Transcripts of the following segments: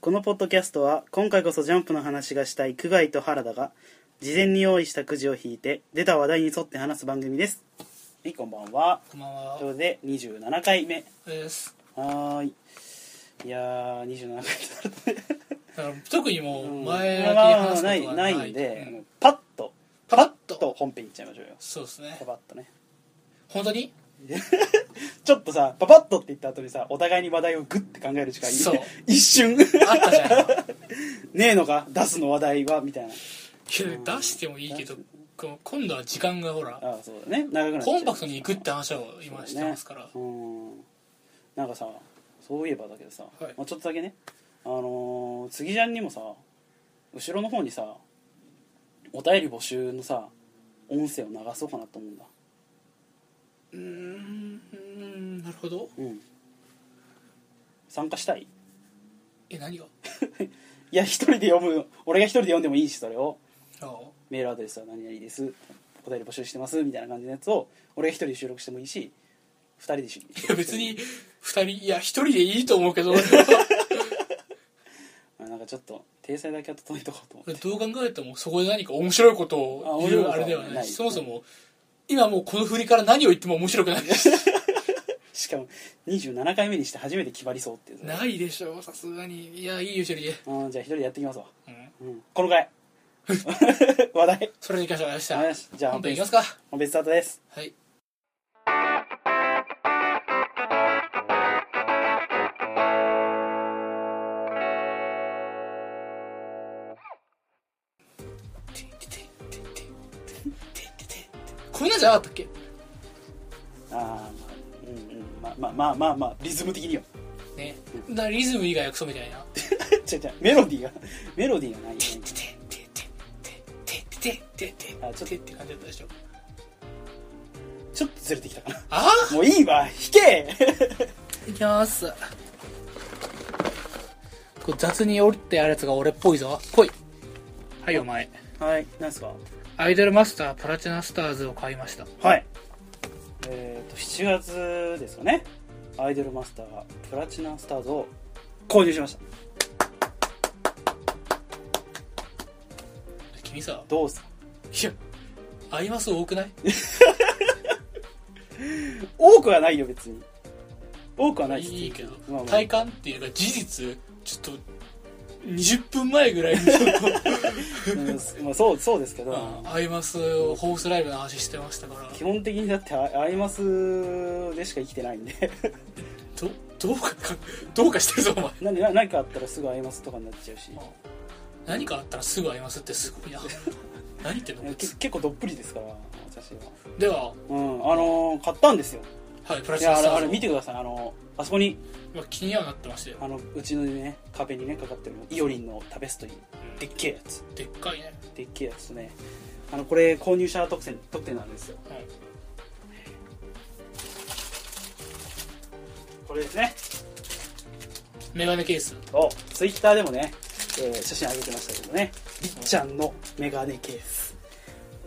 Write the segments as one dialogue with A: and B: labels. A: このポッドキャストは今回こそジャンプの話がしたい久我井と原田が事前に用意したくじを引いて出た話題に沿って話す番組ですはいこんばんは
B: こんばんは
A: ということで27回目
B: です
A: はーいいやー27回ってなるとね
B: だから特に も
A: う
B: うん
A: ま
B: 前
A: あ
B: だけ
A: ま
B: 話
A: あ
B: すこと
A: な
B: はないい,、
A: ないんで、
B: う
A: あのパッと
B: パッと
A: と本編いっちゃいましょうよ
B: そうですね
A: パパッとね
B: 本当に
A: ちょっとさパパッとって言った後にさお互いに話題をグッて考える時間いい
B: そう
A: 一瞬
B: あったじゃん
A: ねえのか出すの話題はみたいない
B: や出してもいいけどこう今度は時間がほら
A: ああそうだね長くなっちゃう
B: コンパクトに行くって話を今してますから、
A: うんなんかさそういえばだけどさ、
B: はい
A: まあ、ちょっとだけねあのー、次ジャンにもさ後ろの方にさお便り募集のさ音声を流そうかなと思うんだ
B: うーんうーんなるほど
A: うん参加したい
B: え何が
A: いや一人で読む俺が一人で読んでもいいしそれを
B: ああ
A: メールアドレスは何々ですお便り募集してますみたいな感じのやつを俺が一人で収録してもいいし二人で収録し
B: い
A: て
B: や
A: もいい
B: 別に二人いや一人でいいと思うけど
A: あなんかちょっと体裁だけは整えとこうと思って
B: 俺どう考えてもそこで何か面白いこと
A: あ
B: を
A: 面
B: 言
A: 白いうことは
B: あれではない
A: ない
B: しそもそも今もうこの振りから何を言っても面白くないです
A: しかも27回目にして初めて決まりそうっていう
B: ないでしょうさすがにいやいいよ一人で、
A: うんじゃあ一人でやっていきますわ、
B: うん、
A: うん、このぐらい 話題
B: それでいきましょう明日
A: よしじゃあ
B: 本編いきますか
A: 本編スタートです
B: はいこんなんじゃなかったっけ
A: あー、まあ、うんうんまあまあまあまあリズム的には
B: ねなリズム以外はクソみたいな
A: 違う違うメロディーがメロディーがない
B: 「てっててててててててて
A: あちょっと
B: て」って感じだったでしょ
A: ちょっとずれてきたかな
B: ああ
A: もういいわ弾け
B: いきますこう雑に降りてあるやつが俺っぽいぞ来いはいお前
A: はい何ですか
B: アイドルマスタープラチナスターズを買いました
A: はいえっ、と7月ですかねアイドルマスターがプラチナスターズを購入しました
B: 君さ
A: どうすか
B: いやアイマス多くない
A: 多くはないよ別に多くはないです
B: いいけど、
A: まあまあ
B: 体感っていうか事実ちょっと20分前 ぐらいにちょっ
A: う
B: と
A: んまあ、そうそうですけど、
B: アイマスをホースライブの話してましたから
A: 基本的にだってアアイマスでしか生きてないんで
B: どどうかどうかしてるぞお前
A: 何な何かあったらすぐアイマスとかになっちゃうし
B: 何かあったらすぐアイマスってすご いな何言ってんのこい
A: け
B: つ
A: 結構どっぷりですから私は
B: では
A: うんあのー買ったんですよ
B: はいプラ
A: い
B: チナ
A: やあ
B: ス
A: れ
B: ター
A: あ
B: ズ
A: れ
B: を
A: 見てくださいあのあそこに
B: まあ、気にはなってましたよ
A: あのうちのね壁にねかかってるイオリンのタペストリーでっけえやつ
B: でっかいね、
A: でっけえやつとねあのこれ購入者特典特典なんですよ
B: はい、
A: これですね
B: メガネケース
A: をツイッターでもね、えー写真上げてましたけどねりっちゃんのメガネケース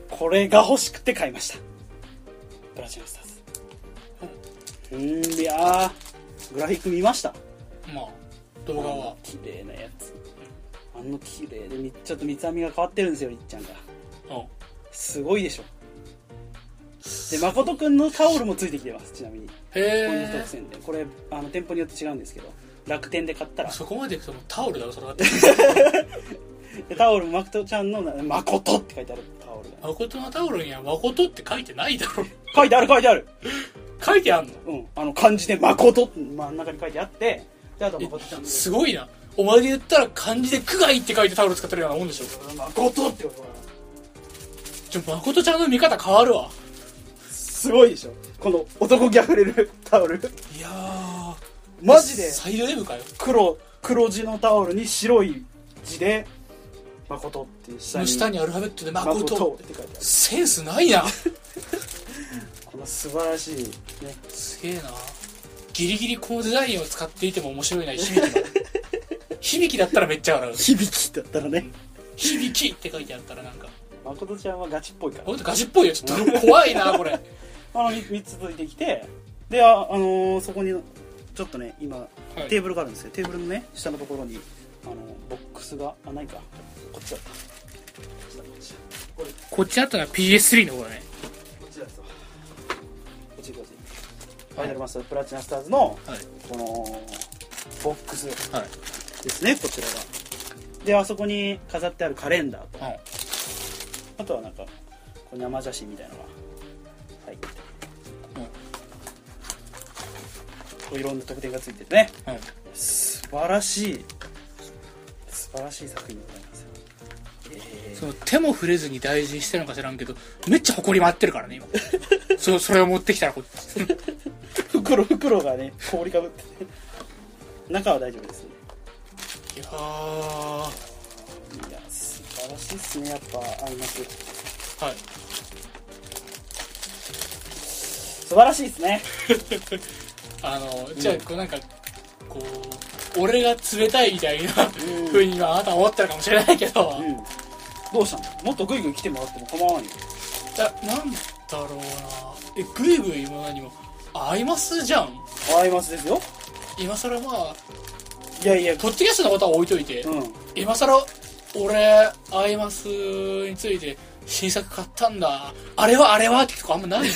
A: これが欲しくて買いましたプラチナスターズうーんいやーグラフィック見ました
B: まあ動画は
A: 綺麗なやつあの綺麗でみちょっと三つ編みが変わってるんですよりっちゃんが
B: うん
A: すごいでしょで誠くんのタオルもついてきてますちなみに
B: へ
A: 購入特
B: え
A: 選でこれあの店舗によって違うんですけど楽天で買ったら
B: そこまでいくともうタオルだろそれは
A: でタオルもマクトちゃんのな「誠」って書いてあるタオルが
B: 誠のタオルには誠って書いてないだろ
A: 書いてある書いてある
B: 書いてあんの
A: うんあの漢字で「誠」って真ん中に書いてあってであとは誠ちゃんの
B: すごいなお前で言ったら漢字で「区外」って書いてタオル使ってるようなもんでしょ
A: 「誠」ってことは
B: ちょ誠ちゃんの見方変わるわ
A: すごいでしょこの男気あふれるタオル
B: いやー
A: マジで
B: サイド M かよ
A: 黒黒地のタオルに白い字で「誠」って下
B: の
A: に
B: 下にアルファベットで「
A: 誠
B: 誠
A: っ」て書いてある
B: センスないな
A: この素晴らしいね
B: すげえなギリギリこのデザインを使っていても面白いな響き が響きだったらめっちゃ笑う
A: 響きだったらね
B: 響きって書いてあったらなんか
A: 誠ちゃんはガチっぽいから
B: ほんとガチっぽいよちょっと怖いなこれ
A: あの3つ続いてきてであ、あのーそこにちょっとね今
B: はい
A: テーブルがあるんですよテーブルのね下のところにあのボックスがあないかこっちだったこっちだこっちだこれ
B: こっちあったのは PS3 の方だね。
A: こっちだったこっちこっちファイ
B: はい
A: ナルマスタープラチナスターズの
B: はい。
A: このボックス
B: はい。
A: ですねこちらがであそこに飾ってあるカレンダーと
B: はい。
A: あとはなんかこう生写真みたいなのが入っててこういろんな特典がついててね
B: はい。
A: 素晴らしい素晴らしい作品でございますよえ
B: その手も触れずに大事にしてるのか知らんけど、めっちゃ埃回ってるからね、今。そそれを持ってきたらこっち。
A: ー袋袋がね氷かぶってて中は大丈夫ですね
B: いやはい
A: や素晴らしいっすねやっぱアイマス
B: い。
A: 素晴らしいっすね
B: あの、じゃあ、こうなんか、こう、俺が冷たいみたいなふうに今あなたは思ってるかもしれないけど、
A: うんどうしたのもっとグイグイ来てもらっても構わないよ
B: だなんだろうなえグイグイも何も合いますじゃん
A: アイマスですよ
B: 今更まあ
A: いやいや
B: ポッドキャストのことは置いといて、
A: うん
B: 今更俺アイマスについて新作買ったんだあれはあれはってとこあ んまない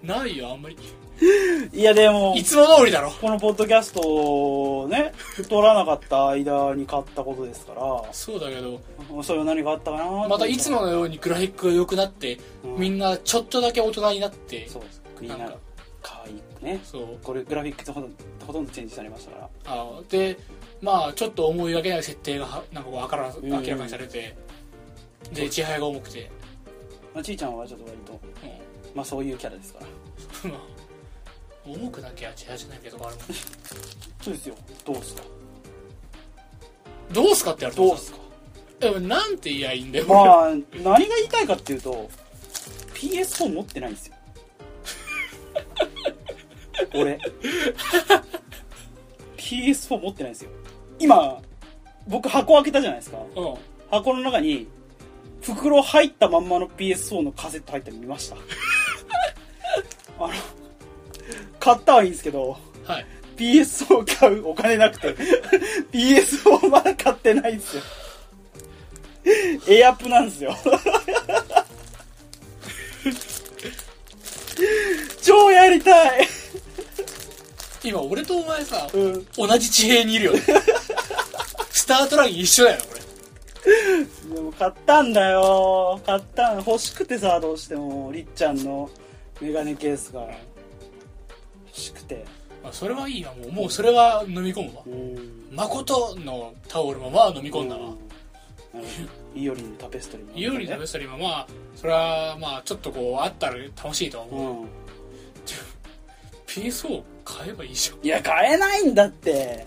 B: ないよあんまり
A: いやでも
B: いつも通りだろ
A: このポッドキャストをね撮らなかった間に買ったことですから
B: そうだけど
A: それは何があったかなと思って
B: またいつものようにグラフィックが良くなって、
A: うん
B: みんなちょっとだけ大人になって
A: そうみん
B: な
A: なん
B: か
A: 可愛くね
B: そう
A: これグラフィックとほとんどほとんどチェンジされましたから
B: あのでまあちょっと思いがけない設定がはなんかこう明ら
A: うん
B: 明らかにされて、でちはやが重くて、
A: まあ、ちいちゃんはちょっと割と
B: う
A: まあそういうキャラですから
B: ん、まあ 重くなきゃちはやじゃないけどあるもんね
A: そうですよどうっすか
B: どうすかってやると
A: どうっ
B: さ
A: すか
B: でもなんて言いやいいんだよ、
A: まあ何が言いたいかっていうと PS4 持ってないんですよ 俺 PS4 持ってないんですよ今僕箱開けたじゃないですか
B: うん、
A: 箱の中に袋入ったまんまの PS4 のカセット入ったの見ました あの買ったはいいんですけど
B: はい
A: PS4 買うお金なくて PS4 まだ買ってないんですよエアプなんですよ 超やりたい、
B: 今俺とお前さ
A: うん、
B: 同じ地平にいるよ ねスタートライン一緒だよこれ
A: でも買ったんだよ買ったん欲しくてさどうしてもりっちゃんのメガネケースが欲しくて
B: まあ、それはいいわもうもうそれは飲み込むわ
A: うん
B: 誠のタオルもまあ飲み込んだわ、
A: うんなるほどイオリンのタペストリーも
B: 有利なベストリーもまあそれはまあちょっとこうあったら楽しいとは思う、
A: うん
B: PSO 買えばいいじゃん
A: いや買えないんだって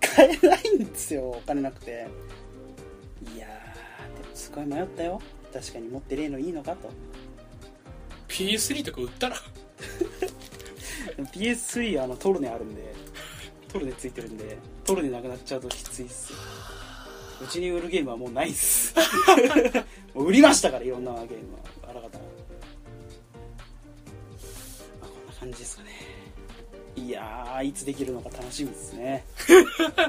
A: 買えないんですよお金なくていやーでもすごい迷ったよ確かに持ってねえのいいのかと
B: PS3 とか売ったら
A: でも PS3 あのトルネあるんでトルネついてるんでトルネなくなっちゃうときついっすようちに売るゲームはもうないっすもう売りましたからいろんなゲームはあらかたまあこんな感じですかねいやーいつできるのか楽しみですね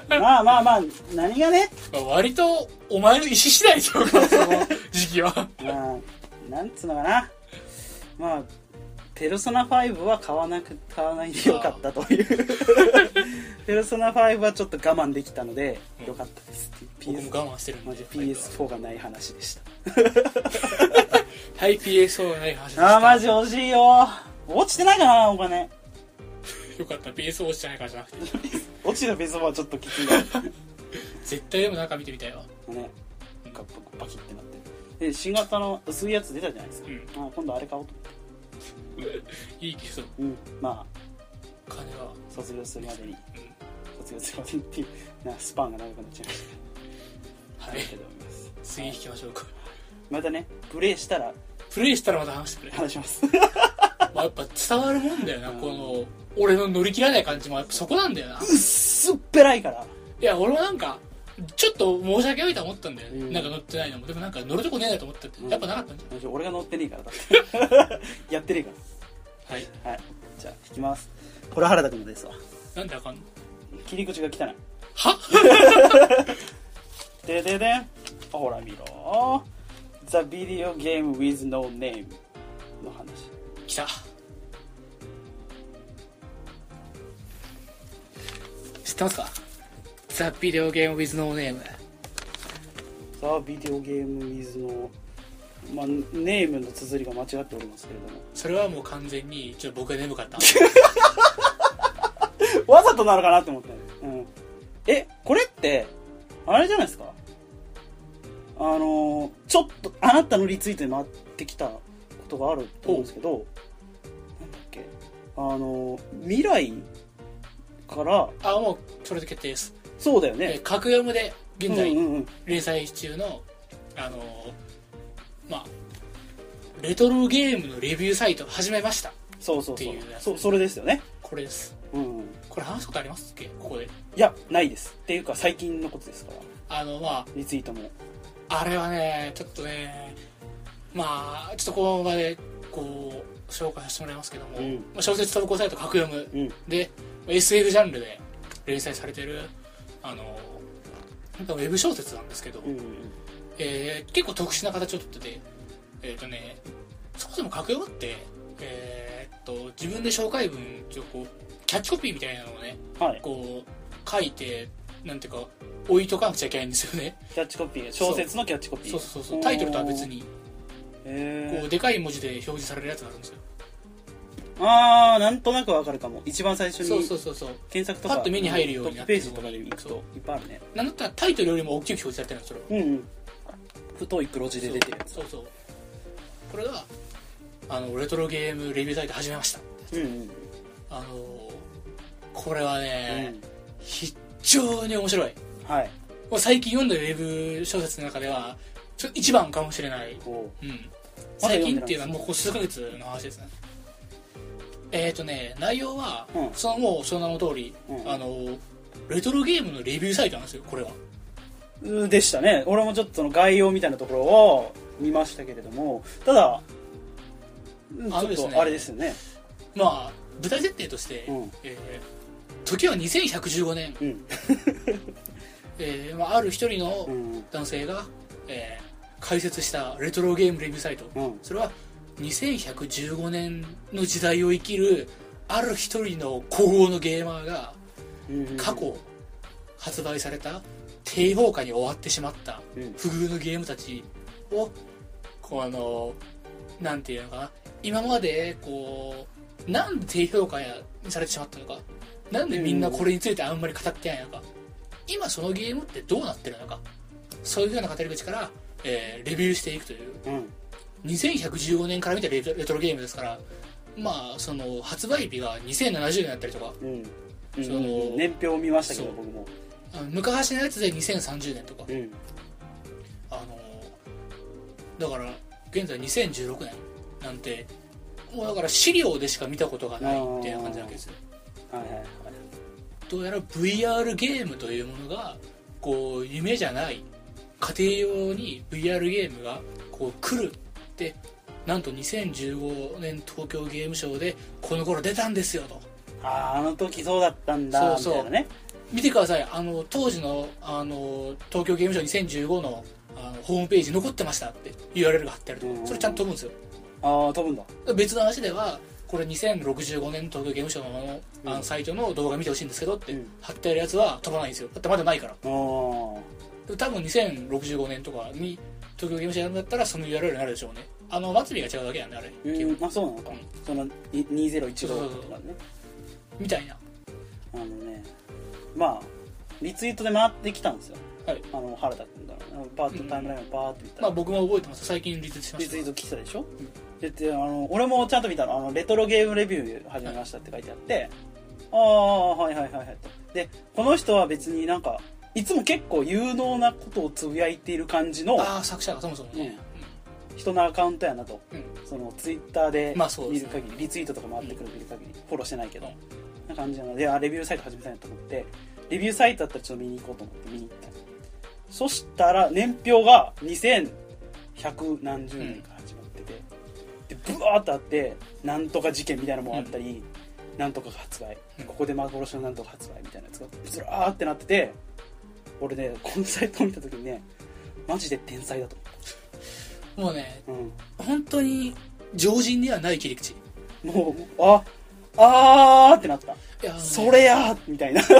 A: まあまあまあ何がね
B: まあ割とお前の意思次第とかその時期は
A: まあ、なんつうのかな。まあ、ペルソナ5は買わなく、買わないでよかったという。 ペルソナ5はちょっと我慢できたので、
B: うん
A: よかったですっていう。PS、
B: 僕も我慢してるんで
A: マジ PS4 がない話でした。
B: はい PSO ない話でした
A: あー、マジ惜しいよ。落ちてないかな、お金。
B: よかった PSO 落ちてないからじゃなくて
A: 落ちたペルソナはちょっとき ついな。
B: 絶対でも中見てみたいわ
A: ね。なんかバキってなって。で、新型の薄いやつ出たじゃないですか。
B: うん
A: あー今度あれ買おうと。
B: いいけど
A: うん。まあ、
B: 金は
A: 卒業するまでに、
B: うん
A: 卒業するまでにっていう、なスパンが長くなっちゃいました。
B: は
A: はい
B: い、
A: ます
B: 次引きましょうか
A: またねプレイしたら
B: プレイしたらまた話してくれ、
A: 話します
B: まあ、やっぱ伝わるもんだよな、
A: うん
B: この俺の乗り切らない感じもやっぱそこなんだよな
A: すっぺらいから
B: いや俺もなんかちょっと申し訳ないとは思ったんだよね、
A: うん
B: なんか乗ってないのもでもなんか乗るとこねえなと思ったって、
A: うん
B: やっぱなかったんじ
A: 俺が乗ってねえからだってやってねえか
B: ゃんはい
A: らはいじゃあ引きますこれ原田君のですわ
B: なんであかんの
A: 切り口が汚い
B: は
A: でででんほら見ろ The Video Game with No Name の話
B: 来た知ってますかザ・ビデオゲーム・ウィズ・ノーネーム
A: The Video Game with No まあ、ネームの綴りが間違っておりますけれど
B: それはもう完全にちょっと僕が眠 かった
A: もわざとなのかなって思って、うん、えこれってあれじゃないですかあのーちょっとあなたのリツイートに回ってきたことがあると思うんですけどなんだっけあのー未来から
B: あもうそれで決定です、
A: そうだよ
B: え
A: ね
B: 格読むで現在
A: うんうんうん
B: 連載中のあのまあレトロゲームのレビューサイト始めました
A: そうそうそう
B: っていうやつ
A: そそれですよね、
B: これです
A: うんうん、
B: これ話すことありますっけここで
A: いやないですっていうか最近のことですから
B: あのま
A: リツイートも
B: ああれはねちょっとねまあちょっとこの場でこう紹介させてもらいますけども、
A: うん
B: まあ小説投稿サイト格読む
A: うん
B: で SF ジャンルで連載されてるあのなんかウェブ小説なんですけど、
A: うん
B: えー結構特殊な形をとっててえっ、とねそもそも格読むってえーっと自分で紹介文ちょっとこうキャッチコピーみたいなのをね
A: はい
B: こう書いてなんていうか置いとかなくちゃいけないんですよね
A: キャッチコピー小説のキャッチコピー
B: そうそうそうタイトルとは別にこ
A: へ
B: うでかい文字で表示されるやつがあるんですよ
A: ー、あーなんとなくわかるかも一番最初
B: そうそ
A: に
B: うそうそう
A: 検索とか
B: パッと目に入るように
A: トッ
B: なっ
A: プペ
B: てる
A: ージとかでいくと
B: そ
A: いっぱいあるね
B: なんだったらタイトルよりも大きく表示されてるんですよそれは
A: うんうん太い黒字で出てるやつ
B: そうそうこれがあのレトロゲームレビューサイト始めました
A: うんうん
B: あのーこれはね、
A: う
B: 非常に面白い
A: んはい
B: もう最近読んだウェブ小説の中ではちょ一番かもしれない、
A: こ
B: うん、
A: まだ
B: 最
A: 読んでない
B: 近っていうのはもうここ数ヶ月の話ですねえっ、ー、とね内容は、
A: うん
B: そのもうその名の通り、
A: うん
B: あのーレトロゲームのレビューサイトなんですよこれは
A: ううーでしたね俺もちょっとその概要みたいなところを見ましたけれどもただうんち
B: あので
A: ょ
B: す
A: っ
B: ね
A: とあれですよね
B: まあ舞台設定として、
A: うん
B: えー時は2115年、
A: うん
B: えーまあ、ある一人の
A: うん
B: 男性が、えー開設したレトロゲームレビューサイト、
A: うん
B: それは2115年の時代を生きるある一人の古豪のゲーマーが
A: うん
B: 過去発売された低評価に終わってしまった
A: うん
B: 不遇のゲームたちをこうあのなんていうのかな今までこうなんで低評価にされてしまったのかなんでみんなこれについてあんまり語ってないのか今そのゲームってどうなってるのかそういうような語り口から、えーレビューしていくという
A: うん
B: 2115年から見たレトレトロゲームですからまあその発売日が2070年だったりとか
A: うん
B: その
A: 年表を見ましたけど
B: そう
A: 僕も
B: あの昔のやつで2030年とか
A: うん
B: あのだから現在2016年なんてもうだから資料でしか見たことがないっていう感じなわけですよ
A: はいはいはい
B: どうやら VR ゲームというものがこう夢じゃない家庭用に VR ゲームがこう来るってなんと2015年東京ゲームショウでこの頃出たんですよと
A: あーあの時そうだったんだみ
B: そう
A: た
B: そう
A: いなね
B: 見てくださいあの当時のあの東京ゲームショウ2015のあのホームページ残ってましたって URL が貼ってあると
A: うん
B: かそれちゃんと飛ぶんですよ
A: ああ飛ぶんだ
B: 別の話ではこれ2065年東京ゲームショウのあ
A: う
B: の
A: ん
B: サイトの動画見てほしいんですけどって
A: うん
B: 貼ってあるやつは飛ばないんですよだってまだないから
A: あー
B: で多分2065年とかに東京ゲームショウやるんだったらその URL になるでしょうねあの祭りが違うだけなんであれ、
A: う
B: 基本
A: んあそうなのか、
B: うん
A: そのに2015とかね
B: みたいな
A: あのねまあリツイートで回ってきたんですよ
B: はい
A: あの原田君がパーッとタイムラインをパーッと見た
B: ま
A: ら、
B: あ僕も覚えてます最近リツイートしま
A: リ
B: した
A: ツイート来てたでしょ、でであの俺もちゃんと見たらあの「レトロゲームレビュー始めました」って書いてあって、ああはいはいはいはいとでこの人は別になんかいつも結構有能なことをつぶやいている感じの
B: ああ作者がそもそもね、
A: 人のアカウントやなと
B: うん
A: そのツイッターで
B: まあそう
A: 見
B: です
A: る
B: ね
A: 限り、リツイートとか回ってくる見る限り、フォローしてないけど、
B: うん
A: な感じなのであレビューサイト始めたいなと思ってレビューサイトだったらちょっと見に行こうと思って見に行ったのそしたら年表が2100何十年から始まってて、でブワーッとあってなんとか事件みたいなのもあったり、なんとかが発売、
B: うん
A: ここで幻のなんとか発売みたいなやつがずらーってなってて俺ねこのサイトを見た時にねマジで天才だと
B: もうね
A: 思っ
B: 本当に常人にはない切り口い
A: た、うん、もうああーってなった、
B: やあのね
A: それやーみたいな
B: こ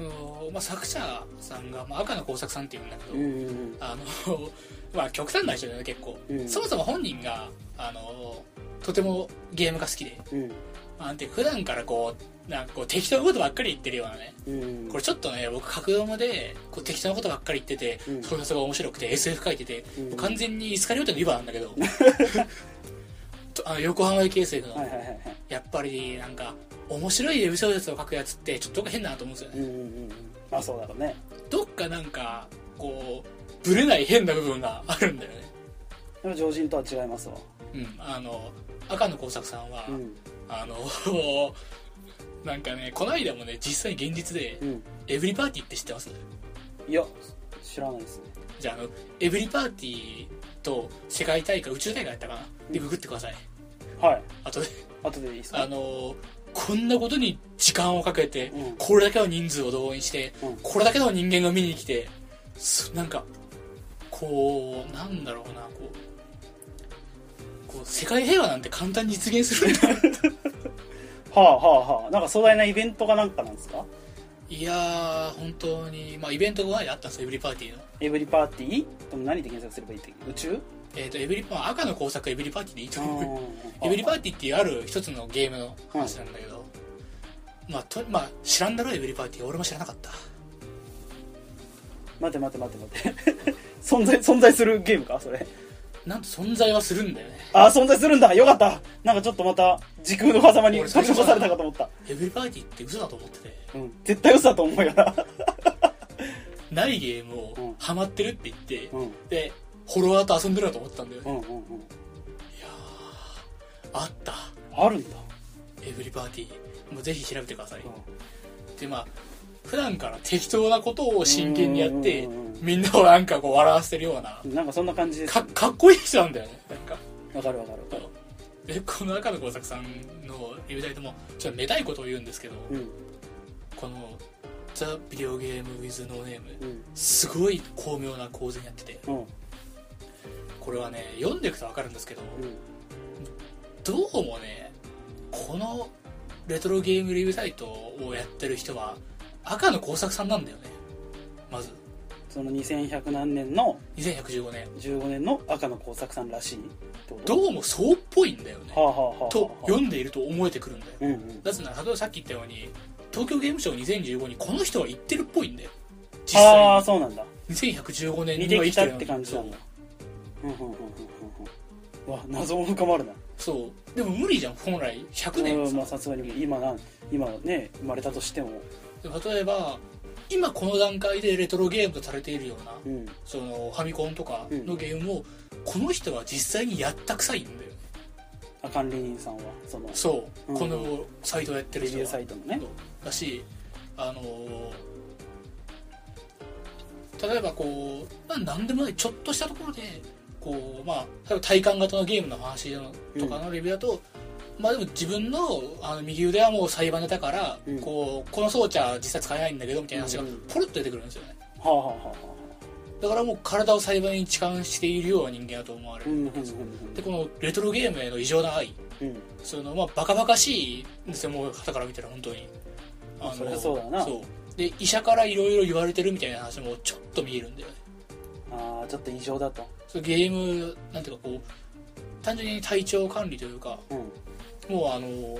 B: のまあ、作者さんが、まあ、赤の工作さんっていうんだけど、
A: うん
B: あの まあ極端な人だよね結構、
A: うん
B: そもそも本人があのとてもゲームが好きで
A: うん
B: なんて普段からこうなんかこう適当なことばっかり言ってるようなね
A: うん
B: これちょっとね僕格読むでこう適当なことばっかり言ってて、
A: うん
B: それがすごい面白くて SF 書いてて、
A: うん
B: もう完全にイスカリオテのリバーなんだけ どとあの横浜 AKSF の、
A: はいはいはいはい
B: やっぱりなんか面白いウェブ小説を書くやつってちょっとどっか変だなと思うんです
A: う
B: よね
A: んうんうんまあそうだろうね
B: どっかなんかこうぶれない変な部分があるんだよね
A: でも常人とは違いますわ
B: うんあの赤の工作さんは、
A: うん
B: あの なんかねこの間もね実際現実で
A: うん
B: エブリパーティーって知ってます
A: いや知らないですね
B: じゃああのエブリパーティーと世界大会宇宙大会やったかなでググってください
A: はい
B: あとね
A: 後でいいですか
B: あのこんなことに時間をかけて、
A: うん
B: これだけの人数を動員して、
A: うん
B: これだけの人間が見に来てすなんかこうなんだろうなこうこう世界平和なんて簡単に実現するんだ
A: はあはあはあなんか壮大なイベントかなんかなんですか
B: いやー本当にまあイベントが前にあったんですよエブリパーティーの
A: エブリパーティーでも何で検索すればいいって宇 宙
B: えっ、とエブリまあ赤の工作エブリパーティーでいいと思う
A: あ
B: エブリパーティーっていうある一つのゲームの話なんだけど、まあ、とまあ知らんだろエブリパーティーは俺も知らなかった
A: 待て待て待て待て 存在存在するゲームかそれ
B: なんと存在はするんだよね
A: あ存在するんだよかったなんかちょっとまた時空の狭間に
B: 俺
A: 取り残されたかと思った、
B: エブリパーティーって嘘だと思ってて
A: うん、絶対嘘だと思うよな
B: ないゲーム
A: うん
B: をハマってるって言って、
A: うん
B: でフォロワーと遊んでるなと思ったんだよね、
A: うんうんうん
B: あった
A: あるんだ、
B: エブリパーティーもうぜひ調べてください、
A: う
B: でまあ普段から適当なことを真剣にやって
A: うんうんうん、
B: みんなをなんかこう笑わせてるようなん
A: なんかそんな感じです
B: かかっこいい人なんだよねなんか
A: わかるわかる
B: でこの赤の工作さんの言うたりともちょっとめたいことを言うんですけど、
A: うん
B: この「ザ・ビデオゲーム・ウィズ・ノーネーム
A: うん」
B: すごい巧妙な構図になってて
A: うん
B: これはね読んでいくと分かるんですけど
A: うん
B: どうもねこのレトロゲームレビューサイトをやってる人は赤の工作さんなんだよねまず
A: その2100何年の
B: 2115年
A: 15年の赤の工作さんらしいってこと
B: どうもそうっぽいんだよね
A: はあ、はあはあはあ、
B: と読んでいると思えてくるんだよ
A: うんうん
B: なぜなら例えばさっき言ったように東京ゲームショウ2015にこの人は行ってるっぽいんだよ実
A: ああ
B: 際
A: ーそうなんだ
B: に2115年
A: 似
B: に
A: て
B: は生
A: き
B: き
A: たっ
B: てるの
A: て感じなんだ
B: そ
A: うん
B: う
A: うんうんうんうんうんわ謎も深まるな
B: そうでも無理じゃん本来100年
A: う
B: さ
A: んまあさすがに今な今ね生まれたとしても
B: 例えば今この段階でレトロゲームとされているような
A: うん
B: そのファミコンとかのゲームを、この人は実際にやったくさいんだよね
A: あ管理人さんはその
B: そう、
A: うん
B: このサイトをやってる
A: レビ
B: 人
A: ュー
B: は
A: サイトのね
B: だしあのー例えばこう、まあ、何でもないちょっとしたところでこう、まあ、例えば体感型のゲームの話のとかのレビューだと、まあでも自分のあの右腕はもう裁判ネタから、
A: うん
B: こうこの装置は実際使えないんだけどみたいな話が
A: うんうん
B: ポロッと出てくるんですよね
A: はあはあはあは
B: だからもう体を裁判に痴漢しているような人間だと思われ
A: あう
B: る、
A: んうんうん
B: でこのレトロゲームへの異常な愛
A: うんうん
B: そのまあバカバカしいんですよもう方から見たら本当に
A: まあそりゃそうだな
B: そうで医者からいろいろ言われてるみたいな話もちょっと見えるんだよね
A: ああちょっと異常だと
B: そのゲームなんていうかこう単純に体調管理というか
A: うん
B: もうあの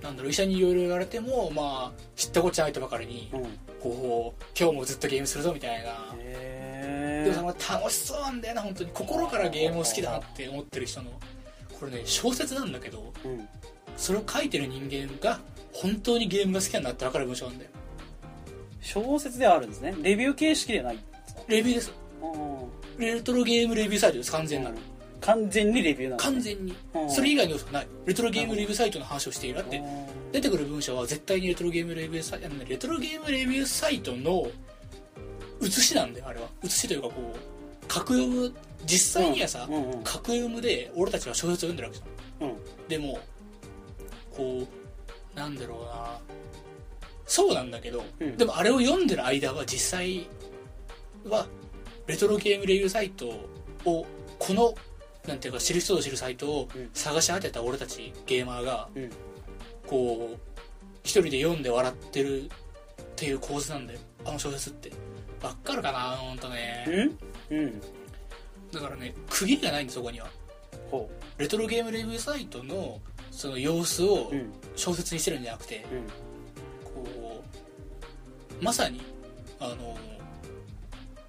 B: なんだろう医者にいろいろ言われてもまあ知ったこっちゃないとばかりに
A: うんへ
B: こう今日もずっとゲームするぞみたいな
A: え
B: でもその楽しそうなんだよな本当に心からゲームを好きだなって思ってる人のこれね小説なんだけど
A: うん
B: それを書いてる人間が本当にゲームが好きなんだって分かる文章なんだよ
A: 小説ではあるんですねレビュー形式ではないんですか
B: レビューです
A: うん
B: レトロゲームレビューサイトです完全なる、
A: 完全にレビューなんだ
B: 完全に、
A: うん
B: それ以外の要素はないレトロゲームレビューサイトの話をしているだって
A: うん
B: 出てくる文章は絶対にレトロゲームレビューサイトレトロゲームレビューサイトの写しなんだよあれは写しというかこう格読む実際にはさ、
A: うんうんうん
B: 格読むで俺たちは小説を読んでるわけじゃんでもここうなんだろうなそうなんだけど、
A: うん
B: でもあれを読んでる間は実際はレトロゲームレビューサイトをこのなんていうか知る人ぞ知るサイトを
A: うん
B: 探し当てた俺たちゲーマーが、
A: うん
B: こう一人で読んで笑ってるっていう構図なんだよあの小説ってわっかるかなほんとね
A: うんうん
B: だからね区切りがないんだそこには
A: ほ
B: レトロゲームレビューサイトのその様子を
A: ううん
B: 小説にしてるんじゃなくて、
A: うん
B: こうまさにあの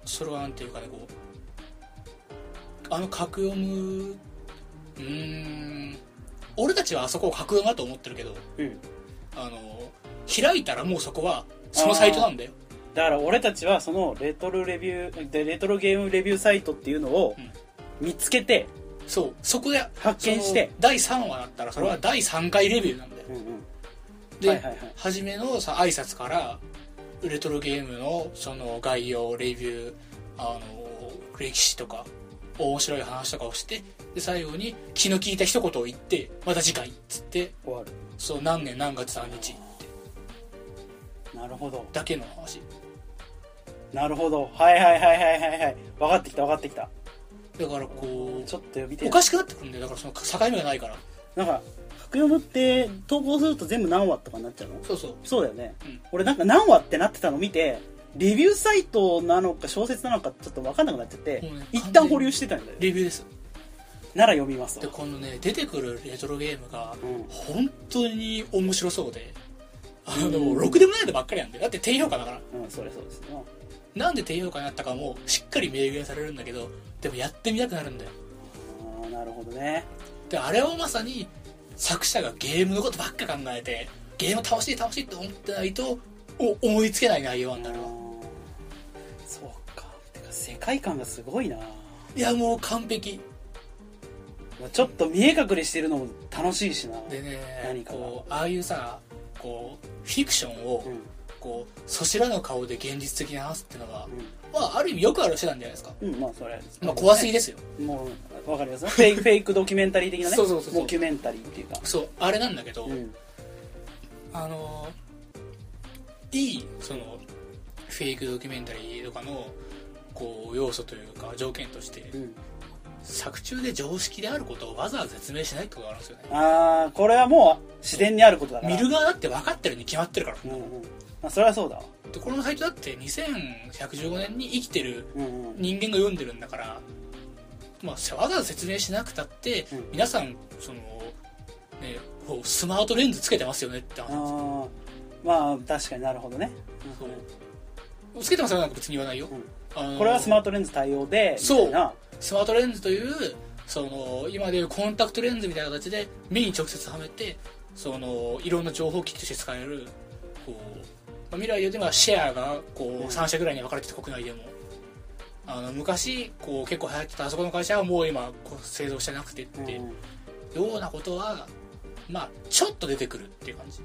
B: それはなんていうかねこうあの格読むうーん俺たちはあそこを格読むだと思ってるけど
A: うん
B: あの開いたらもうそこはそのサイトなんだよ
A: だから俺たちはそのレトロレビューでレトロゲームレビューサイトっていうのを
B: うん
A: 見つけて、
B: そうそこで
A: 発見して
B: その第3話だったらそれは第3回レビューなんだよ
A: うんうん
B: で、
A: はいはいはい
B: 初めのさ挨拶からレトロゲームのその概要レビューあの歴史とか面白い話とかをしてで最後に気の利いた一言を言ってまた次回っつって
A: 終わる
B: そう何年何月何日
A: なるほど
B: だけの話
A: なるほどはいはいはいはいはいはい分かってきた分かってきた
B: だからこ
A: ちょっと見
B: う
A: て
B: おかしくなってくるんだよだからその境目がないから
A: なんか格読むって投稿すると全部何話とかになっちゃうの
B: そうそう
A: そうだよね、
B: うん
A: 俺なんか何話ってなってたの見てレビューサイトなのか小説なのかちょっと分かんなくなっちゃって、
B: もうね
A: 一旦保留してたんだよ
B: レビューです
A: なら読みます
B: で
A: と
B: このね出てくるレトロゲームが
A: うん
B: 本当に面白そうであ
A: う
B: の
A: ん
B: ろくでもないのばっかりなんだよだって低評価だから
A: うんそれそうですね
B: なんで低評価になったかもしっかり明言されるんだけどでもやってみたくなるんだよ
A: あーなるほどね
B: であれをまさに作者がゲームのことばっか考えてゲーム楽しい楽しいって思ってないとお思いつけない内容なんだ
A: あ
B: ろ
A: ーそうかてか世界観がすごいな
B: ういやもう完璧
A: ちょっと見え隠れしてるのも楽しいしな
B: で
A: 何
B: ね
A: かが
B: こうああいうさこうフィクションを
A: うんうん
B: こうそしらの顔で現実的に話すっていうのが、まあ、ある意味よくある手段じゃないですか、
A: うん、まあそれ、
B: まあ、怖すぎですよ
A: もうわかりますフェイクフェイクドキュメンタリー的なね
B: そうそうそうそう
A: モキュメンタリーっていうか
B: そうあれなんだけど、
A: うん
B: あのいいそのフェイクドキュメンタリーとかのこう要素というか条件として
A: うん
B: 作中で常識であることをわざわざ説明しないってことがあるんですよね
A: ああこれはもう自然にあることだから
B: 見る側だって分かってるに決まってるから
A: うんうんまあそれはそうだわ
B: でこのサイトだって2115年に生きてる
A: うんうん
B: 人間が読んでるんだから、まあ、わざわざ説明しなくたって、
A: うん
B: 皆さんその、ね、こうスマートレンズつけてますよねって話なんですよ
A: ああまあ確かになるほどね
B: そうつけてますよなんか別に言わないよ、
A: うん
B: あの
A: これはスマートレンズ対応でみたいな
B: スマートレンズというその今でいうコンタクトレンズみたいな形で目に直接はめてそのいろんな情報機器として使えるこう、まあ、未来で言うとまあシェアがこ
A: うん
B: う3社ぐらいに分かれてて国内でもあの昔こう結構流行ってたあそこの会社はもう今こう製造してなくてっ
A: うん
B: てようなことはまあちょっと出てくるっていう感じ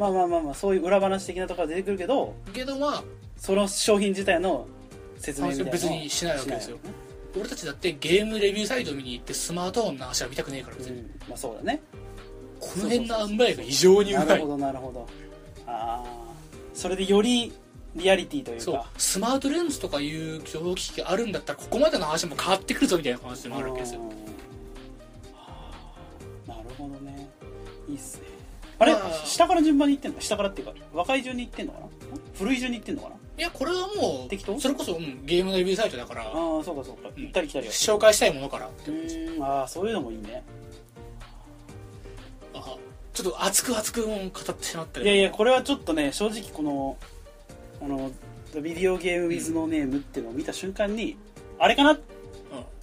A: まあまあまあまあそういう裏話的なところは出てくるけど
B: けどまあ
A: その商品自体の説明みたいなのは
B: 別にしないわけですよ
A: しない
B: 俺たちだってゲームレビューサイト見に行ってスマートフォンの話は見たくねえから別
A: よ
B: に
A: ねうんまあそうだね
B: この辺の塩梅が異常にう
A: な
B: ま
A: る
B: い
A: ほどなるほどああそれでよりリアリティという
B: そう
A: か
B: スマートレンズとかいう情報機器があるんだったらここまでの話も変わってくるぞみたいな話でもあるわけですよ
A: うんあーなるほどねいいっすねあれ
B: まあ
A: 下から順番にいってんの下からっていうか若い順にいってんのかな古い順にいってんのかない
B: やこれはもう
A: 適当
B: それこそ、うん、ゲームのレビューサイトだから
A: ああそうかそうか
B: うん
A: 行ったり来たりは
B: 紹介したいものから
A: うーんああそういうのもいいね
B: あちょっと熱く熱くもう語ってしまった
A: いやい
B: や
A: やこれはちょっとね正直このあのビデオゲームウィズのネームっていうのを見た瞬間に、あれかなっ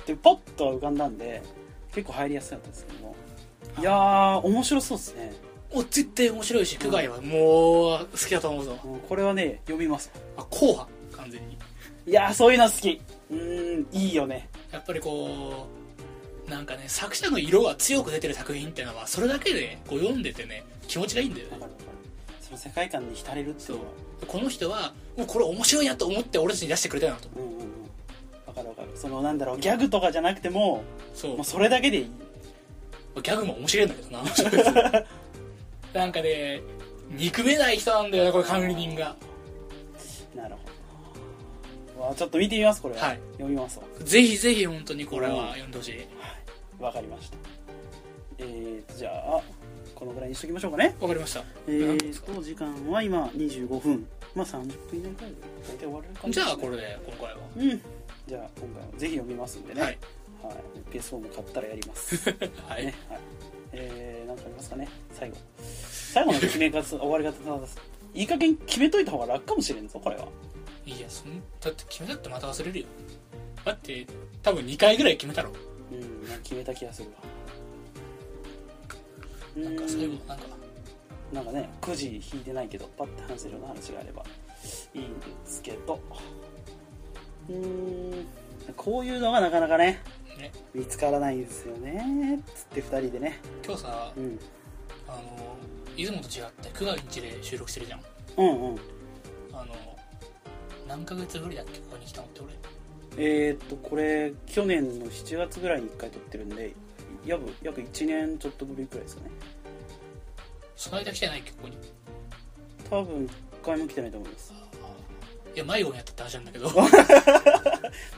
A: てポッと浮かんだんで結構入りやすかったですけどもいやー面白そうですね、
B: もう絶対面白いし区外はもう好きだと思うぞ
A: うん、これはね読みます
B: あ硬派完全に
A: いやーそういうの好きうーんいいよね
B: やっぱりこうなんかね作者の色が強く出てる作品っていうのはそれだけでこう読んでてね気持ちがいいんだよね
A: わかるわかるその世界観に浸れるっていうのは
B: この人はもうこれ面白いなと思って俺たちに出してくれたよなと
A: うんうんうんわかるわかるそのなんだろうギャグとかじゃなくても
B: そう
A: もうそれだけでいい
B: ギャグも面白いんだけどな なんかね憎めない人なんだよなこれ管理人が
A: なるほどわあちょっと見てみますこれは、
B: はい
A: 読みますわ
B: ぜひぜひ本当にこれは読んでほしい
A: わかりましたえー、とじゃあこのぐらいにしときましょうかね
B: わかりました、
A: え
B: なんです
A: ー、
B: か
A: と時間は今25分まあ30分以内くらいで大体終わる感じ
B: じ
A: です
B: ゃ
A: ね
B: あこれで今回は、
A: うんじゃあ今回はぜひ読みますんでね、
B: はい、
A: はい、PS4 も買ったらやります、
B: はい
A: ねはい、えー、なんかありますかね最後最後の決め 方終わり方ですいい加減決めといた方が楽かもしれんぞこれはい
B: やそんだって決めたってまた忘れるよだって多分2回ぐらい決めたろ
A: うんなんか決めた気がするわ
B: なんか最
A: う
B: 後なんか
A: んなんかねくじ引いてないけどパッて話せるような話があればいいんですけどうーんこういうのがなかなかね
B: ね
A: 見つからないんですよねつって2人でね
B: 今日さ
A: うん
B: あの出雲と違って9月日で収録してるじゃん
A: うんうん
B: あの何ヶ月ぶりだっけここに来たのって俺
A: えー、っとこれ去年の7月ぐらいに1回撮ってるんで約約1年ちょっとぶりくらいですかね
B: その間来てないっけここに
A: 多分1回も来てないと思います
B: いや迷子になったって話なんだけど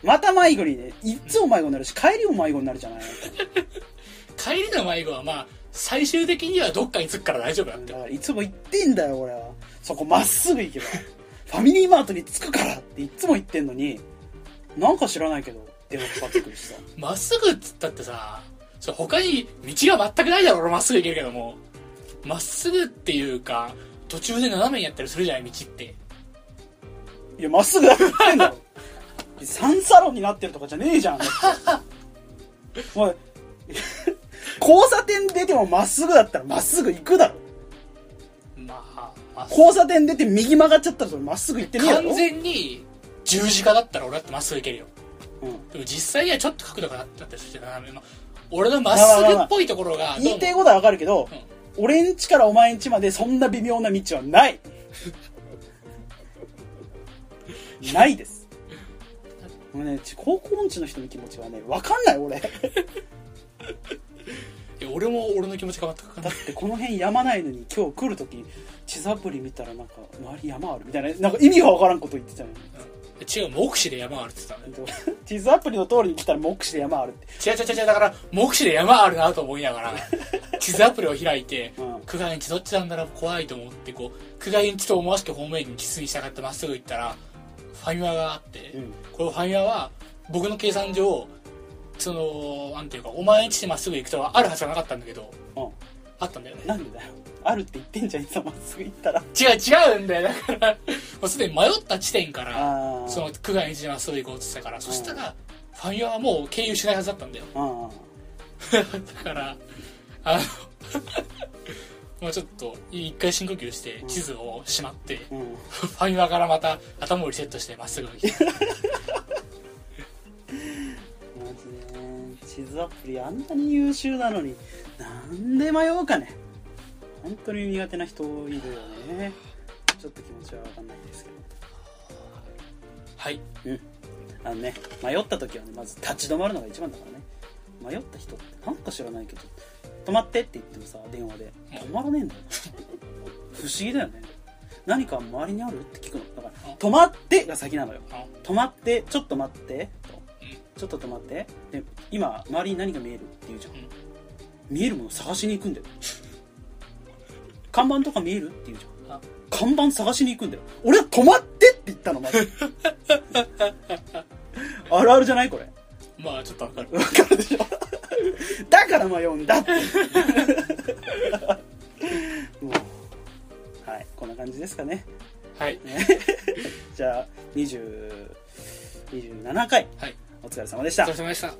A: また迷子にねいっつも迷子になるし帰りも迷子になるじゃない
B: 帰りの迷子はまあ最終的にはどっかに着くから大丈夫だっ
A: だ
B: て
A: からいつも言ってんだよ俺はそこまっすぐ行けばファミリーマートに着くからっていっつも言ってんのになんか知らないけど電話かかってくるしさ
B: まっすぐっつったってさそれ他に道が全くないだろ俺まっすぐ行けるけどもまっすぐっていうか途中で斜めにやったりするじゃない道って
A: いやまっすぐだって言ってんだよサンサロンになってるとかじゃねえじゃんだっておい交差点出てもまっすぐだったらまっすぐ行くだろ
B: まあまっす
A: 交差点出て右曲がっちゃったらそれまっすぐ行って
B: ぐ
A: ねえだろ
B: 完全に十字架だったら俺だってまっすぐ行けるよ
A: うん
B: でも実際にはちょっと角度があったりして斜めの俺のまっすぐっぽいところがどうも
A: 言いたいことはわかるけど、俺んちからお前んちまでそんな微妙な道はないない ですもうねち高校音痴の人の気持ちはねわかんない俺だ
B: いや俺も俺の気持ちが全く分かんない
A: ってこの辺山ないのに今日来る時地図アプリ見たらなんか周り山あるみたいななんか意味がわからんこと言ってたのに
B: 違う目視で山あるって言って
A: でも地図アプリの通りに来たら目視で山あるって
B: たね違う違う違う違うだから目視で山あるなと思いな がら地図アプリを開いて
A: うん
B: 区外地どっちなんだろう怖いと思ってこう区外地と思わしく方面に地図に従ってまっすぐ行ったらファミマがあって、
A: うん
B: このファミマは僕の計算上そのなんていうかお前んちでまっすぐ行くとはあるはずがなかったんだけど
A: うん
B: あったんだよね
A: なんでだよあるって言ってんじゃんいつもまっすぐ行ったら
B: 違う違うんだよだからもうすでに迷った地点から
A: ああ
B: その区外にまっすぐ行こうって言ってたからそしたらファミマはもう経由しないはずだったんだよ
A: あ
B: だからあのもうちょっと一回深呼吸して地図をしまって、
A: あうん
B: ファミマからまた頭をリセットしてまっすぐ来た
A: マジね地図アプリあんなに優秀なのになんで迷うかね本当に苦手な人いるよねちょっと気持ちは分かんないですけ
B: はい
A: どうんあのね迷った時はねまず立ち止まるのが一番だからね迷った人ってなんか知らないけど止まってって言ってもさ電話で止まらねえんだよ 不思議だよね何か周りにあるって聞くのだか
B: う
A: ら
B: ん
A: 「止まって」が先なのよ
B: あ
A: 止まってちょっと待ってと
B: う
A: ちょっと止まってで今周りに何が見えるって言うじゃん、
B: うん
A: 見えるもの探しに行くんだよ 看板とか見えるって言うじゃん
B: あ
A: 看板探しに行くんだよ俺は止まってって言ったのま ずあるあるじゃないこれ
B: まあちょっとわかる
A: わかるでしょだから迷うんだって もうはいこんな感じですか ね
B: はい
A: じゃあ20 27回
B: はい
A: お疲れ様でし
B: お
A: た
B: 疲れ様でした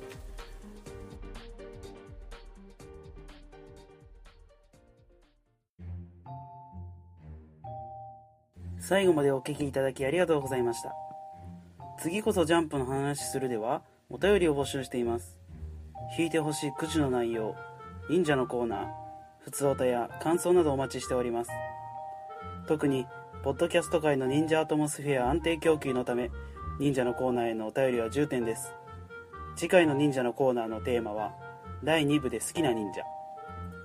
A: 最後までお聞きいただきありがとうございました次こそジャンプの話するではお便りを募集しています引いてほしいくじの内容忍者のコーナーふつおたや感想などお待ちしております特にポッドキャスト界の忍者アトモスフェア安定供給のため忍者のコーナーへのお便りは重点です次回の忍者のコーナーのテーマは第2部で好きな忍者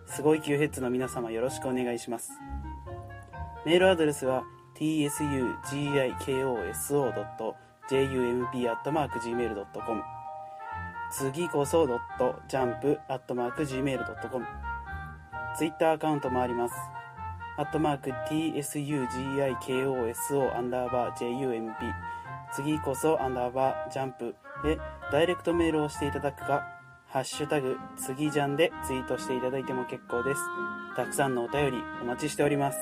A: すごい Q ヘッズの皆様よろしくお願いしますメールアドレスは tsugikoso.jump.gmail.com 次こそ .jump.gmail.com ツイッターアカウントもありますアットマーク tsugikoso アンダーバー jump 次こそアンダーバージャンプでダイレクトメールをしていただくかハッシュタグ次ジャンでツイートしていただいても結構ですたくさんのお便りお待ちしております